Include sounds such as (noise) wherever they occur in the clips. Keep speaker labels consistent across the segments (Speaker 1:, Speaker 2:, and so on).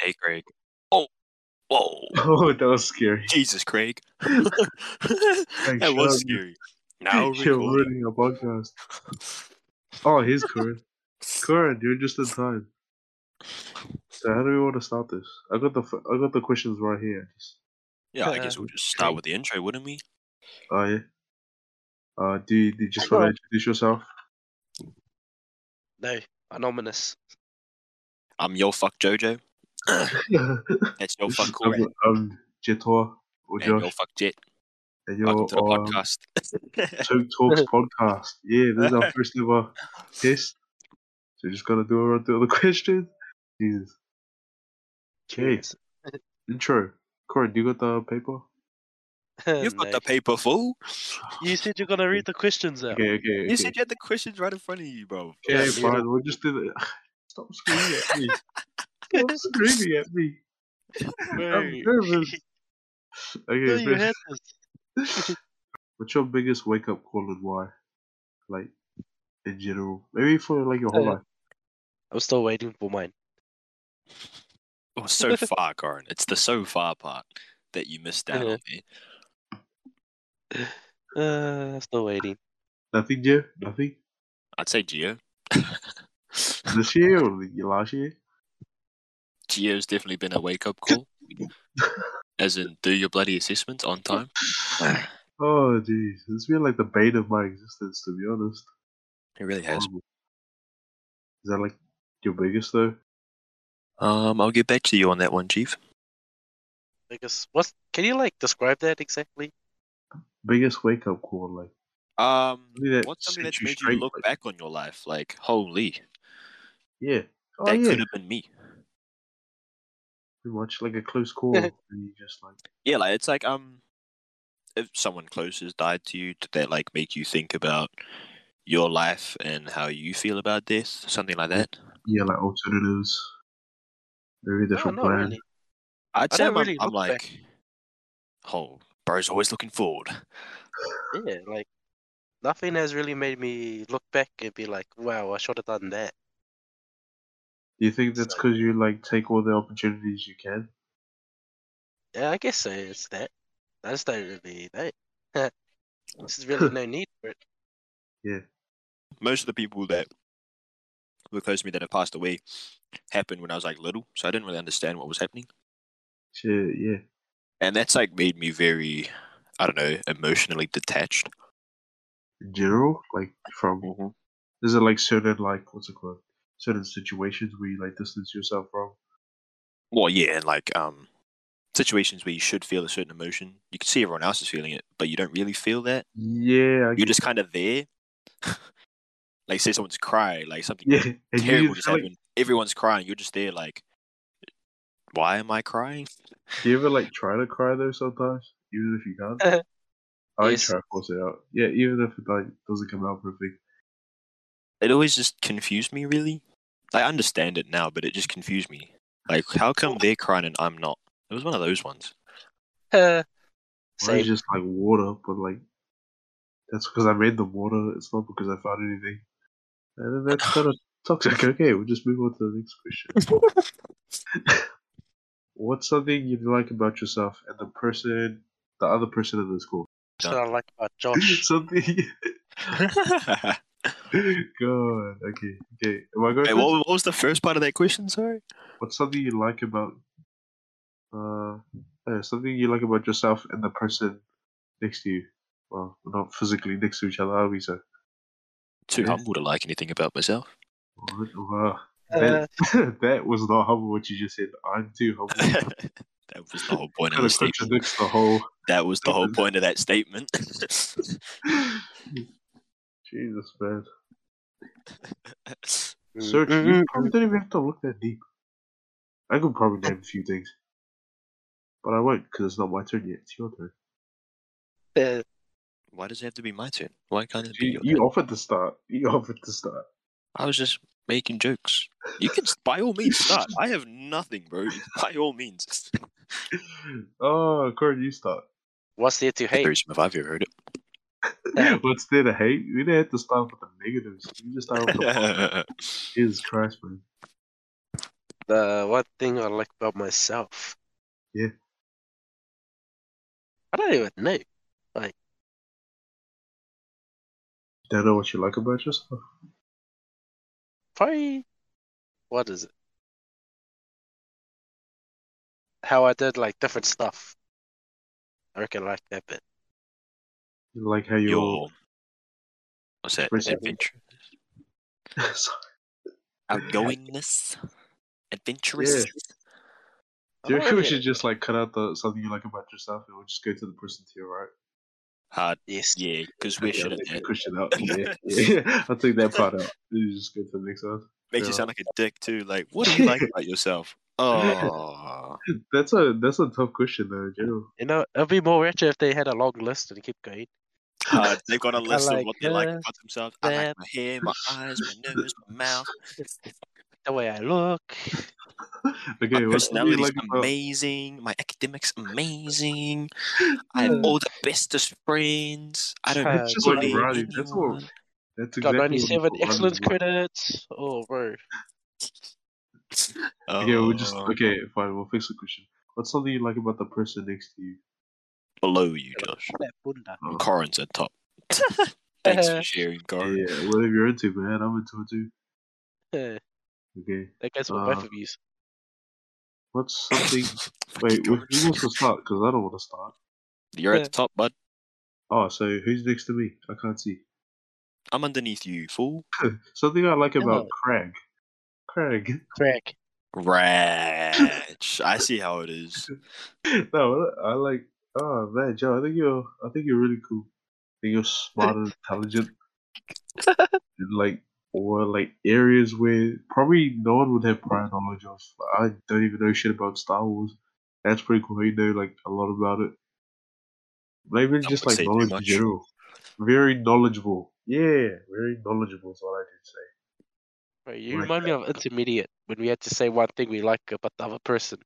Speaker 1: Hey, Craig. Oh, whoa.
Speaker 2: (laughs) Oh, that was scary.
Speaker 1: Jesus, Craig. (laughs) that was
Speaker 2: shut up, you-
Speaker 1: scary. Now
Speaker 2: (laughs) You're
Speaker 1: recording.
Speaker 2: ruining a podcast. Oh, he's Corin. Corin, you're just in time. So how do we want to start this? I got the f- I got the questions right here. Just,
Speaker 1: Yeah, I guess we'll just start with the intro, wouldn't we?
Speaker 2: uh, yeah. Uh, do you, do you just want to introduce yourself?
Speaker 3: No, anonymous.
Speaker 1: I'm Yo Fuck Jojo. That's Yo Fuck Corey.
Speaker 2: I'm, I'm Jitor or
Speaker 1: And Yo
Speaker 2: Josh,
Speaker 1: Fuck Jet.
Speaker 2: and
Speaker 1: Welcome
Speaker 2: you're
Speaker 1: to the
Speaker 2: on
Speaker 1: podcast. (laughs)
Speaker 2: (laughs) Toke Talks podcast. Yeah, this
Speaker 1: (laughs)
Speaker 2: is our first ever test. So just gotta do a run through all the (laughs) questions. Jesus.
Speaker 3: Cheers.
Speaker 2: Intro. Corey, do you got the paper?
Speaker 3: (laughs)
Speaker 1: You've got
Speaker 3: No.
Speaker 1: the paper, fool.
Speaker 3: You said you're gonna read the questions out.
Speaker 2: Okay, okay, okay.
Speaker 1: You said you had the questions right in front of you, bro.
Speaker 2: okay,
Speaker 3: Yeah,
Speaker 2: fine. We'll just do the. (sighs) Stop screaming
Speaker 1: (laughs)
Speaker 2: at me. Stop screaming at me. I'm
Speaker 1: (laughs)
Speaker 3: Wait.
Speaker 2: nervous.
Speaker 3: No,
Speaker 2: Okay,
Speaker 3: you had
Speaker 2: first,
Speaker 3: this.
Speaker 2: (laughs) what's your biggest wake up call and why? Like, in general. Maybe for like your whole
Speaker 3: Uh,
Speaker 2: life.
Speaker 3: I'm still waiting for mine.
Speaker 1: Oh, so far, Corin. It's the so far part that you missed out
Speaker 3: Yeah.
Speaker 1: on there.
Speaker 3: Uh, I'm still waiting.
Speaker 2: Nothing, Joe? Nothing?
Speaker 1: I'd say (laughs) Geo.
Speaker 2: This year or the year- last year?
Speaker 1: Geo's definitely been a wake up call. As in, do your bloody assessments on (sighs) time.
Speaker 2: Oh, jeez. It's been like the bane of my existence, to be honest.
Speaker 1: It really has.
Speaker 2: Horrible. Is that like your biggest, though?
Speaker 1: Um, I'll get back to you on that one, Chief.
Speaker 3: Because what's can you like describe that exactly?
Speaker 2: Biggest wake up call, like.
Speaker 1: Um,
Speaker 2: Something that
Speaker 1: what's something
Speaker 2: set
Speaker 1: that's
Speaker 2: you
Speaker 1: made you
Speaker 2: straight,
Speaker 1: look
Speaker 2: like-
Speaker 1: back on your life? Like, holy,
Speaker 2: Yeah. Oh,
Speaker 1: that
Speaker 2: yeah.
Speaker 1: could have been me.
Speaker 2: Pretty much like a
Speaker 3: (laughs)
Speaker 2: close call, and you just like,
Speaker 1: Yeah, like it's like um, if someone close has died to you, did that like make you think about your life and how you feel about death, something like that?
Speaker 2: yeah, like oh, alternatives, very
Speaker 3: No,
Speaker 2: different
Speaker 3: not
Speaker 2: plan.
Speaker 3: really.
Speaker 1: I'd
Speaker 3: I
Speaker 1: say
Speaker 3: don't
Speaker 1: I'm,
Speaker 3: really
Speaker 1: I'm
Speaker 3: look
Speaker 1: like, oh, bro's always looking forward.
Speaker 3: Yeah, like nothing has really made me look back and be like, wow, I should have done that.
Speaker 2: Do you think that's
Speaker 3: So-
Speaker 2: because you like take all the opportunities you can?
Speaker 3: Yeah, I guess so. It's that. I just don't really know. (laughs) There's really no need for it.
Speaker 1: most of the people that were close to me that have passed away happened when I was like little, so I didn't really understand what was happening.
Speaker 2: Shit, yeah.
Speaker 1: And that's like made me very, I don't know, emotionally detached.
Speaker 2: In general, like from
Speaker 3: Mm-hmm.
Speaker 2: is it like certain like what's it called? Certain situations where you like distance yourself from.
Speaker 1: Well, yeah, and like um, situations where you should feel a certain emotion, you can see everyone else is feeling it, but you don't really feel that.
Speaker 2: Yeah, I
Speaker 1: You're
Speaker 2: get-
Speaker 1: just kind of there. (laughs) like, say someone's crying, like something
Speaker 2: (laughs) yeah. And you
Speaker 1: terrible
Speaker 2: just
Speaker 1: just
Speaker 2: feel like-
Speaker 1: happened. Everyone's crying. You're just there, like, why am I crying?
Speaker 2: do you ever like try to cry though sometimes, even if you can't?
Speaker 3: (laughs)
Speaker 2: I
Speaker 3: Yes.
Speaker 2: try to force it out. Yeah, even if it like doesn't come out perfect.
Speaker 1: it always just confused me really i understand it now but it just confused me like how come they're crying and i'm not it was one of those ones (laughs)
Speaker 2: Mine's
Speaker 3: Uh, Same.
Speaker 2: just like water, but like that's because I made them water. It's not because I found anything. And then that's
Speaker 1: (sighs)
Speaker 2: kind of toxic. Okay, we'll just move on to the next question. What's something you like about yourself and the person, the other person in this (laughs) call?
Speaker 1: (laughs)
Speaker 3: That's what I like about
Speaker 2: (laughs)
Speaker 3: Josh.
Speaker 2: something.
Speaker 1: Wait,
Speaker 2: God. Okay. Okay. Am I going?
Speaker 1: what,
Speaker 2: first?
Speaker 1: what was the first part of that question sorry
Speaker 2: What's something you like about? Uh, uh, something you like about yourself and the person next to you. Well, we're not physically next to each other, are we? So.
Speaker 1: too
Speaker 2: Yeah.
Speaker 1: humble to like anything about myself
Speaker 2: What? Wow.
Speaker 3: Uh,
Speaker 2: That, (laughs) that was not humble what you just said. I'm too
Speaker 1: (laughs)
Speaker 2: humble.
Speaker 1: (laughs) that was the whole point of
Speaker 2: kind
Speaker 1: the
Speaker 2: of
Speaker 1: statement
Speaker 2: contradicts the whole.
Speaker 1: that was the whole point of that statement (laughs)
Speaker 2: Jesus, man.
Speaker 3: mm,
Speaker 2: Search.
Speaker 3: mm,
Speaker 2: You
Speaker 3: mm,
Speaker 2: probably don't even have to look that deep. I could probably name a few things, but I won't because it's not my turn yet. It's your turn.
Speaker 3: mm. (laughs) Uh,
Speaker 1: why does it have to be my turn why can't it be
Speaker 2: You,
Speaker 1: your
Speaker 2: you
Speaker 1: turn?
Speaker 2: offered to start. You (laughs) offered to start.
Speaker 1: i was just making jokes you can by all means start i have nothing bro by all means
Speaker 2: Oh, Corey, you start.
Speaker 3: What's there to hate?
Speaker 1: if i've ever heard
Speaker 2: (laughs) What's there to hate? We didn't have
Speaker 1: (laughs)
Speaker 2: to start with the negatives. You just started with the
Speaker 1: it
Speaker 2: Jesus Christ, man.
Speaker 3: the one thing I like about myself.
Speaker 2: Yeah.
Speaker 3: I don't even know.
Speaker 2: Don't know what you like about yourself.
Speaker 3: Probably, what is it? How I did like different stuff. I reckon I like that bit.
Speaker 2: You like how you (laughs)
Speaker 1: Your what's that?
Speaker 2: Where's your-
Speaker 1: Adventure,
Speaker 2: are. Sorry.
Speaker 1: outgoingness, adventurous.
Speaker 3: I
Speaker 2: Do you
Speaker 3: don't
Speaker 2: reckon we
Speaker 3: really-
Speaker 2: should just like cut out the something you like about yourself and we'll just go to the person to your right?
Speaker 1: Hard,
Speaker 3: Yes.
Speaker 1: yeah, because we're
Speaker 2: Okay, I'll
Speaker 1: shit at
Speaker 2: take
Speaker 1: that.
Speaker 2: that
Speaker 1: (laughs)
Speaker 2: question out. Yeah, yeah. (laughs) I'll take that part out. You just go to the next one.
Speaker 1: Makes you
Speaker 2: Yeah.
Speaker 1: sound like a dick too. Like, what do you like
Speaker 2: (laughs)
Speaker 1: about yourself? Oh,
Speaker 2: That's a that's a tough question though, in general. (laughs)
Speaker 3: You know, it'd be more richer if they had a long list and keep going.
Speaker 1: hard. they've got a list
Speaker 3: like
Speaker 1: of what they like
Speaker 3: this,
Speaker 1: about themselves. I like
Speaker 3: that.
Speaker 1: my hair, my eyes, my nose, my mouth.
Speaker 3: The way I look.
Speaker 1: My
Speaker 2: Okay, what do you
Speaker 1: personality's
Speaker 2: like about
Speaker 1: amazing. My academics
Speaker 2: (gasps)
Speaker 1: amazing. I have all the bestest friends. I don't
Speaker 3: Uh,
Speaker 1: know.
Speaker 2: That's just like
Speaker 3: bully
Speaker 2: Ronnie. That's all. That's exactly
Speaker 3: Got
Speaker 2: what
Speaker 3: 97
Speaker 2: Ronnie
Speaker 3: excellence
Speaker 2: was.
Speaker 3: credits. Oh, bro.
Speaker 2: Okay, we'll just
Speaker 1: Oh,
Speaker 2: okay. Fine, we'll fix the question. What's something you like about the person next to you?
Speaker 1: below you, Josh.
Speaker 3: That bunda. (laughs)
Speaker 2: Oh,
Speaker 1: Corin's at top. Thanks for sharing, Corin.
Speaker 2: yeah, whatever you're into, man. I'm into it too.
Speaker 3: Yeah,
Speaker 2: Okay,
Speaker 3: That goes for
Speaker 2: Uh,
Speaker 3: both of you.
Speaker 2: what's something?
Speaker 1: (laughs) Fucking
Speaker 2: Wait, who
Speaker 1: Corin.
Speaker 2: wants to start? Because I don't want to start.
Speaker 1: You're at the top, bud.
Speaker 2: Oh, so who's next to me? I can't see.
Speaker 1: I'm underneath you, fool.
Speaker 2: Something I like about
Speaker 1: Oh.
Speaker 3: Hello.
Speaker 2: Craig. Craig. (laughs)
Speaker 3: Crack.
Speaker 1: Ratch. I see how it is.
Speaker 2: no, I like. Oh man, Joe, I think you're. I think you're really cool. I think you're smart and
Speaker 1: (laughs)
Speaker 2: intelligent. and like, or like areas where probably no one would have prior knowledge of. I don't even know shit about Star Wars. That's pretty cool. how You know, like a lot about it. Not even
Speaker 1: That
Speaker 2: just
Speaker 1: would
Speaker 2: like
Speaker 1: say too
Speaker 2: knowledge in
Speaker 1: much.
Speaker 2: general. Very knowledgeable. Yeah, very knowledgeable is what I did say.
Speaker 3: Bro, you
Speaker 2: Like
Speaker 3: remind me of intermediate when we had to say one thing we like about the other person.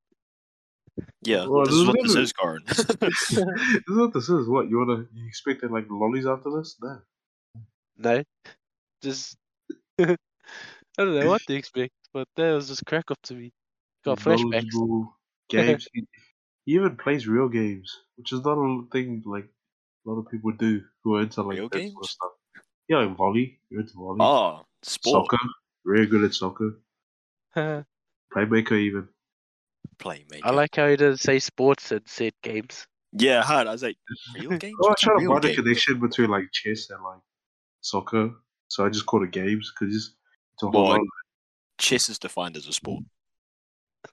Speaker 1: Yeah,
Speaker 2: Well,
Speaker 1: this is what this
Speaker 2: literally-
Speaker 1: is,
Speaker 2: (laughs)
Speaker 1: Corin. (laughs)
Speaker 2: this is what this is. What you wanna? You expected like lollies after this? No.
Speaker 3: No, just (laughs) I don't know what to expect, but that was just crack up to me. Got flashbacks. (laughs)
Speaker 2: Knowledgeable Games. he, he even plays real games, which is not a thing like a lot of people do who are into like
Speaker 1: Real
Speaker 2: that sort of
Speaker 1: games?
Speaker 2: stuff. Yeah, like volley. You're into volley.
Speaker 1: oh, sport.
Speaker 2: soccer. Very good at soccer.
Speaker 3: I
Speaker 2: Playmaker even.
Speaker 1: Playmaker.
Speaker 3: like how he didn't say sports and said games.
Speaker 1: Yeah, hard. I was like, real
Speaker 2: (laughs)
Speaker 1: games?
Speaker 2: Oh, I
Speaker 1: What's a
Speaker 2: tried to
Speaker 1: real
Speaker 2: find a
Speaker 1: game?
Speaker 2: connection between like chess and like soccer, so I just called it games because it's it's a whole
Speaker 1: Well,
Speaker 2: lot.
Speaker 1: Chess is defined as a sport.
Speaker 3: (laughs)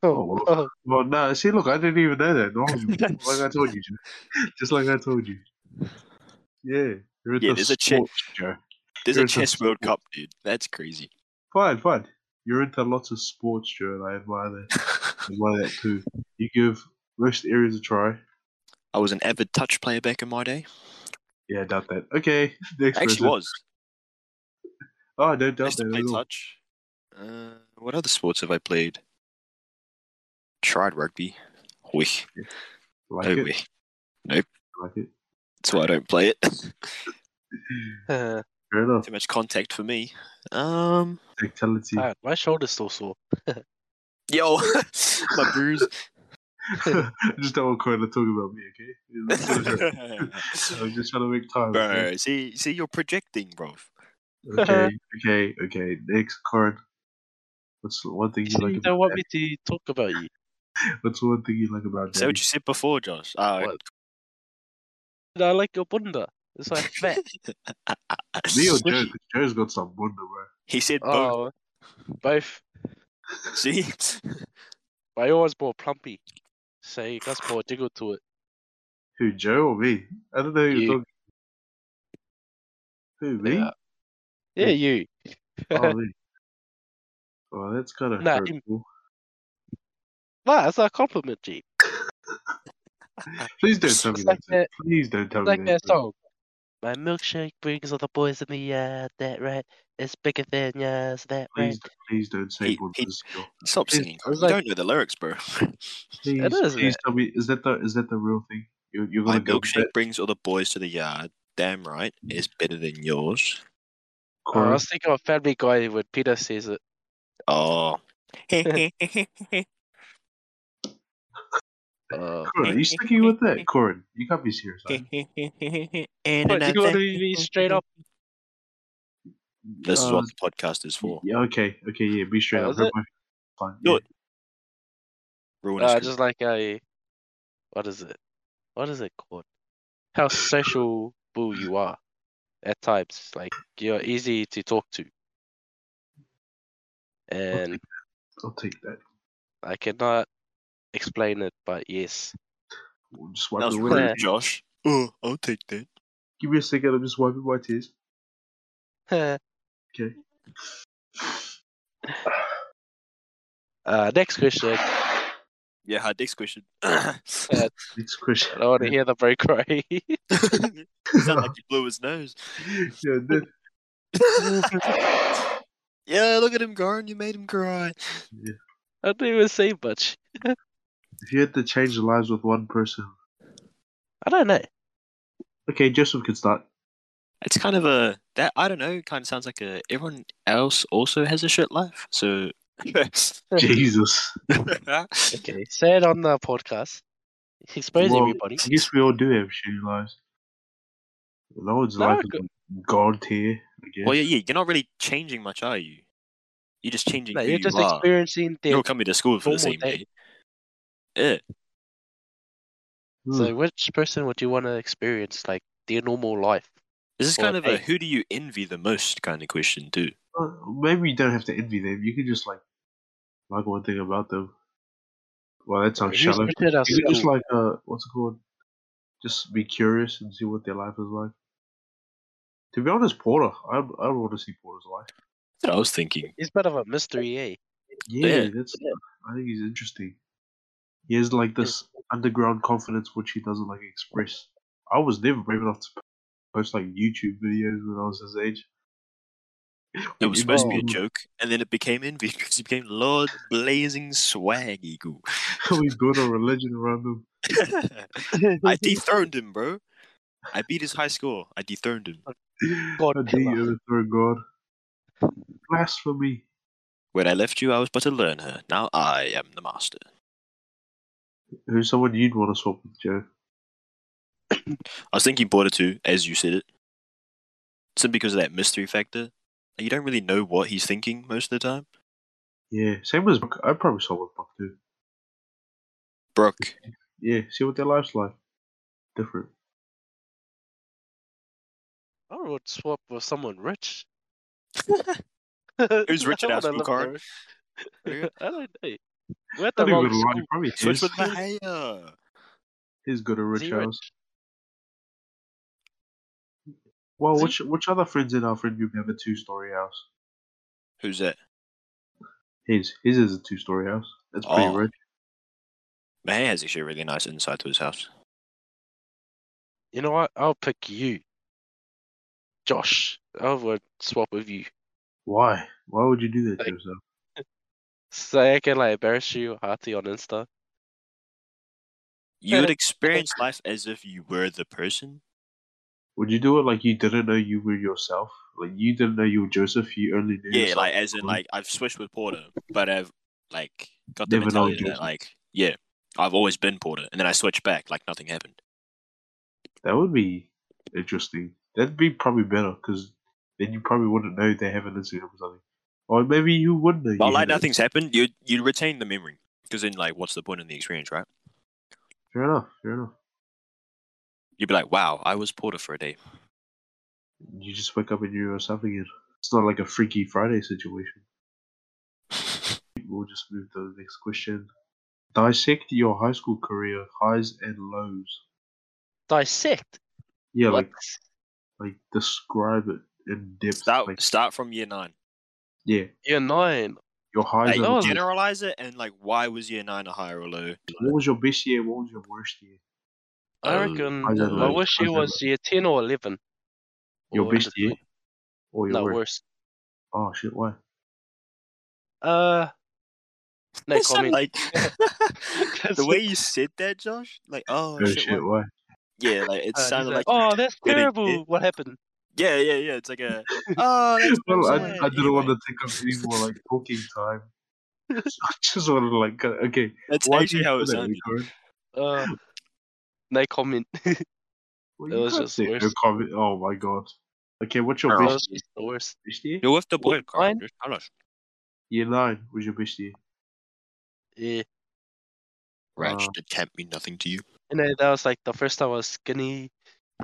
Speaker 2: Oh, Well, no, see, look, I didn't even know that. No, like I told you, Joe. just like I told you. Yeah, you're
Speaker 1: Yeah,
Speaker 2: into
Speaker 1: there's a check.
Speaker 2: sports, Joe.
Speaker 1: There's a
Speaker 2: You're into
Speaker 1: chess World Cup, dude. That's crazy. (laughs)
Speaker 2: Fine, fine. You're into lots of sports, Joe, and I admire that. I admire that too. You give most areas a try.
Speaker 1: I was an avid touch player back in my day.
Speaker 2: Yeah, doubt that. Okay, next
Speaker 1: I actually
Speaker 2: person.
Speaker 1: was.
Speaker 2: Oh, no,
Speaker 1: I
Speaker 2: doubt
Speaker 1: used to
Speaker 2: that.
Speaker 1: play
Speaker 2: at all.
Speaker 1: touch. Uh, what other sports have I played? Tried rugby. Oh, Oi,
Speaker 2: Like
Speaker 1: no
Speaker 2: it.
Speaker 1: way.
Speaker 2: Like it.
Speaker 1: That's why I don't play it. (laughs) Too
Speaker 3: Uh,
Speaker 2: Fair enough.
Speaker 1: much contact for me. Um,
Speaker 2: Tactility.
Speaker 3: alright, my shoulder's still sore.
Speaker 1: yo, (laughs) my
Speaker 3: (laughs)
Speaker 1: bruise.
Speaker 2: (laughs) just don't want Corona talking about me,
Speaker 1: (laughs)
Speaker 2: okay? I'm just trying to make time. okay?
Speaker 1: bro, see, see, you're projecting, bro.
Speaker 2: Okay, okay, okay. Next card. What's the one thing
Speaker 3: You
Speaker 2: you
Speaker 3: said
Speaker 2: like
Speaker 3: you
Speaker 2: about
Speaker 3: don't want
Speaker 2: Daddy?
Speaker 3: me to talk about you.
Speaker 2: What's one thing you like about
Speaker 1: Is that
Speaker 2: Daddy?
Speaker 1: what you said before, Josh? Uh, (laughs)
Speaker 3: What? And I like your bunda.
Speaker 2: (laughs)
Speaker 3: It's like fat.
Speaker 2: Me or Joe?
Speaker 3: Squishy.
Speaker 2: 'Cause Joe's got some wonder, bro.
Speaker 1: he said both.
Speaker 3: oh, both.
Speaker 1: See,
Speaker 3: But I always more plumpy. So you got more jiggle to it.
Speaker 2: Who, Joe or me? I don't know who
Speaker 3: You.
Speaker 2: you're talking Who, me?
Speaker 3: Yeah. Yeah, you.
Speaker 1: (laughs)
Speaker 2: Oh, me. Oh, that's kind of
Speaker 3: Nah,
Speaker 2: hurtful.
Speaker 3: Nah, that's not a compliment, G.
Speaker 2: Please don't tell me that.
Speaker 3: It's like
Speaker 2: Joe. Please don't tell me
Speaker 3: like
Speaker 2: that.
Speaker 3: that
Speaker 2: Joe.
Speaker 3: song. Mm-hmm. My milkshake brings all the boys in me, yeah, that right. It's bigger than yours, that right.
Speaker 2: Please, don't- please don't say
Speaker 1: He-
Speaker 2: one
Speaker 1: he-
Speaker 2: this girl.
Speaker 1: stop
Speaker 2: Please,
Speaker 1: singing.
Speaker 3: I was
Speaker 1: you
Speaker 3: like-
Speaker 1: don't know the lyrics, bro.
Speaker 3: (laughs)
Speaker 2: Please,
Speaker 3: is
Speaker 2: please
Speaker 3: that.
Speaker 2: tell me. Is that the is that the real thing? You, you're
Speaker 1: My
Speaker 2: gonna go with
Speaker 1: milkshake
Speaker 2: that?
Speaker 1: brings all the boys to the yard. Damn right, it's better than yours.
Speaker 3: Oh, I
Speaker 2: Cora?
Speaker 3: was thinking of Family Guy when Peter says it.
Speaker 1: Oh,
Speaker 3: Uh,
Speaker 2: Corin, are you sticking with that? Corin, you can't be serious. man.
Speaker 1: and
Speaker 3: what, you
Speaker 1: another-
Speaker 3: want to be straight up?
Speaker 1: This is
Speaker 2: Uh,
Speaker 1: what the podcast is for.
Speaker 2: Yeah, okay, okay, yeah, be straight
Speaker 3: Oh,
Speaker 2: up.
Speaker 3: is it?
Speaker 2: Hurt my- Fine,
Speaker 1: Do
Speaker 2: yeah.
Speaker 1: it. Ruin
Speaker 3: Uh,
Speaker 1: his-
Speaker 3: just like a, what is it? What is it called? How sociable you are at times. Like you're easy to talk to. And
Speaker 2: I'll take that.
Speaker 3: I cannot explain it, but yes. (laughs)
Speaker 2: We'll just
Speaker 1: That
Speaker 2: wipe
Speaker 1: was
Speaker 2: it
Speaker 1: rude,
Speaker 2: away.
Speaker 3: Yeah.
Speaker 1: Josh. Oh, I'll take that.
Speaker 2: Give me a second. I'm just wiping my tears.
Speaker 3: uh,
Speaker 2: Okay.
Speaker 3: Uh, next question.
Speaker 1: Yeah, hi, next question.
Speaker 3: (laughs)
Speaker 1: Sound
Speaker 2: Next question.
Speaker 3: I don't
Speaker 2: (laughs)
Speaker 3: want to hear the bro cry. (laughs)
Speaker 1: like he blew his nose.
Speaker 2: (laughs) yeah, that,
Speaker 1: (laughs) yeah, look at him, Goran. You made him cry.
Speaker 3: I don't even say much.
Speaker 2: if you had to change the lives with one person,
Speaker 3: I
Speaker 1: (laughs)
Speaker 3: don't know.
Speaker 2: okay, Joseph can start.
Speaker 3: (laughs)
Speaker 1: It's kind of a that I don't know. Kind of sounds like a everyone else also has a shit life.
Speaker 3: (laughs)
Speaker 1: So
Speaker 2: Jesus.
Speaker 3: Okay, say it on the podcast. Expose
Speaker 2: Well,
Speaker 3: everybody.
Speaker 2: I guess we all do have shitty lives. No one's
Speaker 3: No,
Speaker 2: life
Speaker 3: go-
Speaker 2: is god tier. I guess.
Speaker 1: well, yeah, yeah, you're not really changing much, are you? You're just changing
Speaker 3: No,
Speaker 1: who
Speaker 3: you're just
Speaker 1: you are.
Speaker 3: experiencing
Speaker 1: You're
Speaker 3: their
Speaker 1: all coming to school for the
Speaker 3: normal
Speaker 1: same
Speaker 3: day.
Speaker 1: day. Yeah,
Speaker 2: Hmm.
Speaker 3: So, which person would you want to experience like their normal life?
Speaker 1: this is
Speaker 3: Or
Speaker 1: kind of a
Speaker 3: eight.
Speaker 1: who do you envy the most kind of question too.
Speaker 2: Uh, maybe you don't have to envy them. You can just like like one thing about them. Well, that sounds
Speaker 3: Who's
Speaker 2: shallow.
Speaker 3: entered our
Speaker 2: You can just
Speaker 3: school?
Speaker 2: like uh, what's it called? Just be curious and see what their life is like. To be honest, Porter, I I want to see Porter's life.
Speaker 1: That's what I was thinking.
Speaker 3: It's a bit of a
Speaker 1: (laughs)
Speaker 3: mystery, eh?
Speaker 2: Yeah,
Speaker 1: Yeah.
Speaker 2: that's. I think he's interesting. He has like this underground confidence which he doesn't like express. I was never brave enough to post like YouTube videos when I was his age.
Speaker 1: It was supposed to be a
Speaker 2: Um, (laughs)
Speaker 1: joke, and then it became envy (laughs) because it became Lord Blazing Swag Eagle. (laughs)
Speaker 2: we built a religion around them.
Speaker 1: I dethroned him, bro. I beat his high score. I dethroned him.
Speaker 3: God
Speaker 2: I dare you
Speaker 3: pillar.
Speaker 2: overthrow God. Blasphemy.
Speaker 1: When I left you, I was but a learner. Now I am the master.
Speaker 2: Who's someone you'd want to swap with, Joe?
Speaker 1: I was thinking Border 2, as you said it. Simply because of that mystery factor. You don't really know what he's thinking most of the time.
Speaker 2: Yeah, same as Buck. I'd probably swap with Buck too.
Speaker 1: Brooke.
Speaker 2: Yeah, see what their life's like. Different.
Speaker 3: I would swap for someone rich.
Speaker 1: (laughs) Who's rich
Speaker 3: (laughs) I
Speaker 1: in our
Speaker 3: wanna
Speaker 1: school,
Speaker 3: live
Speaker 1: Karin?
Speaker 3: there. (laughs) I don't know. We're at
Speaker 2: Not
Speaker 3: the
Speaker 2: even
Speaker 3: wrong
Speaker 2: lying,
Speaker 3: school.
Speaker 2: probably
Speaker 1: Switch
Speaker 2: his.
Speaker 1: with Mahaya.
Speaker 2: He's good at
Speaker 3: Is
Speaker 2: rich
Speaker 3: he
Speaker 2: house.
Speaker 3: rich?
Speaker 2: Well,
Speaker 3: Is he-
Speaker 2: which which other friends in our friend group have a two story house?
Speaker 1: Who's that?
Speaker 2: His his is a two story house. That's pretty
Speaker 1: Oh.
Speaker 2: rich.
Speaker 1: Mahaya has actually a really nice insight to his house.
Speaker 3: You know what? I'll pick you. Josh, I would swap with you.
Speaker 2: Why? Why would you do that to
Speaker 3: Like-
Speaker 2: yourself?
Speaker 3: So I can like embarrass you, Hearty on Insta.
Speaker 1: You would experience life as if you were the person.
Speaker 2: Would you do it like you didn't know you were yourself? Like you didn't know you were Joseph. You only knew.
Speaker 1: Yeah,
Speaker 2: yourself.
Speaker 1: like as in like I've switched with Porter, but I've like got the
Speaker 2: Never known
Speaker 1: mentality that
Speaker 2: Joseph.
Speaker 1: like yeah, I've always been Porter, and then I switch back like nothing happened.
Speaker 2: that would be interesting. That'd be probably better because then you probably wouldn't know they have an Instagram or something. Or maybe you would know.
Speaker 1: But
Speaker 2: you
Speaker 1: like
Speaker 2: had it.
Speaker 1: nothing's happened, you you retain the memory because then like what's the point in the experience, right?
Speaker 2: Fair enough. Fair enough.
Speaker 1: You'd be like, wow, I was Porter for a day. (laughs)
Speaker 2: You just wake up and you're yourself again. It's not like a Freaky Friday situation. We'll just move to the next question. Dissect your high school career highs and lows.
Speaker 3: Dissect.
Speaker 2: Yeah,
Speaker 3: What?
Speaker 2: like like describe it in depth.
Speaker 1: Start
Speaker 2: like,
Speaker 1: start from year nine.
Speaker 2: yeah,
Speaker 3: Year nine.
Speaker 2: your highs
Speaker 1: Like,
Speaker 2: and
Speaker 3: that
Speaker 2: lows.
Speaker 3: was-
Speaker 1: generalize it and like why was year nine a higher or low?
Speaker 2: What was your best year? What was your worst year?
Speaker 3: I
Speaker 1: Oh,
Speaker 3: reckon.
Speaker 2: um, I don't
Speaker 3: I
Speaker 2: know.
Speaker 3: wish
Speaker 2: I
Speaker 3: it
Speaker 2: don't
Speaker 3: was year ten or eleven.
Speaker 2: Your
Speaker 3: Or
Speaker 2: best
Speaker 3: is it
Speaker 2: year
Speaker 3: like-
Speaker 2: or your
Speaker 3: No,
Speaker 2: worst?
Speaker 3: worse.
Speaker 2: Oh shit! Why?
Speaker 3: Uh, no
Speaker 1: You sound
Speaker 3: comment. (laughs)
Speaker 1: like (laughs) the way you said that, Josh. Like oh,
Speaker 2: Oh
Speaker 1: shit,
Speaker 2: shit!
Speaker 1: what-
Speaker 2: Why?
Speaker 1: yeah, like it
Speaker 3: Uh, he's
Speaker 1: (laughs) sounded like
Speaker 3: oh, that's
Speaker 1: kidding, yeah.
Speaker 3: terrible. What happened?
Speaker 1: yeah, yeah,
Speaker 3: (laughs)
Speaker 1: yeah. It's like a oh, that's so
Speaker 2: Well, I,
Speaker 1: sad.
Speaker 2: I didn't
Speaker 1: Anyway.
Speaker 2: want to take up any more like talking time. (laughs) I just want to like go- okay.
Speaker 1: That's
Speaker 2: why do
Speaker 1: actually
Speaker 2: you
Speaker 1: how
Speaker 2: do
Speaker 1: it
Speaker 2: that,
Speaker 1: sounded.
Speaker 2: Ricardo?
Speaker 3: Uh, no
Speaker 2: (laughs)
Speaker 3: comment. that
Speaker 2: Well,
Speaker 3: It
Speaker 2: you
Speaker 3: was
Speaker 2: can't
Speaker 3: just
Speaker 2: say no
Speaker 3: worse.
Speaker 2: comment. Oh my god. Okay, what's your
Speaker 1: Bro.
Speaker 2: bitch?
Speaker 3: was just the worst.
Speaker 2: Bishti?
Speaker 1: You're with the
Speaker 3: What,
Speaker 1: boy, Carl.
Speaker 3: mine?
Speaker 1: Just tell us.
Speaker 2: Year nine was your
Speaker 3: (laughs)
Speaker 2: bishti.
Speaker 3: Yeah.
Speaker 1: Raj,
Speaker 2: Uh,
Speaker 1: did camp mean nothing to you?
Speaker 3: You know, that was like the first time I was skinny.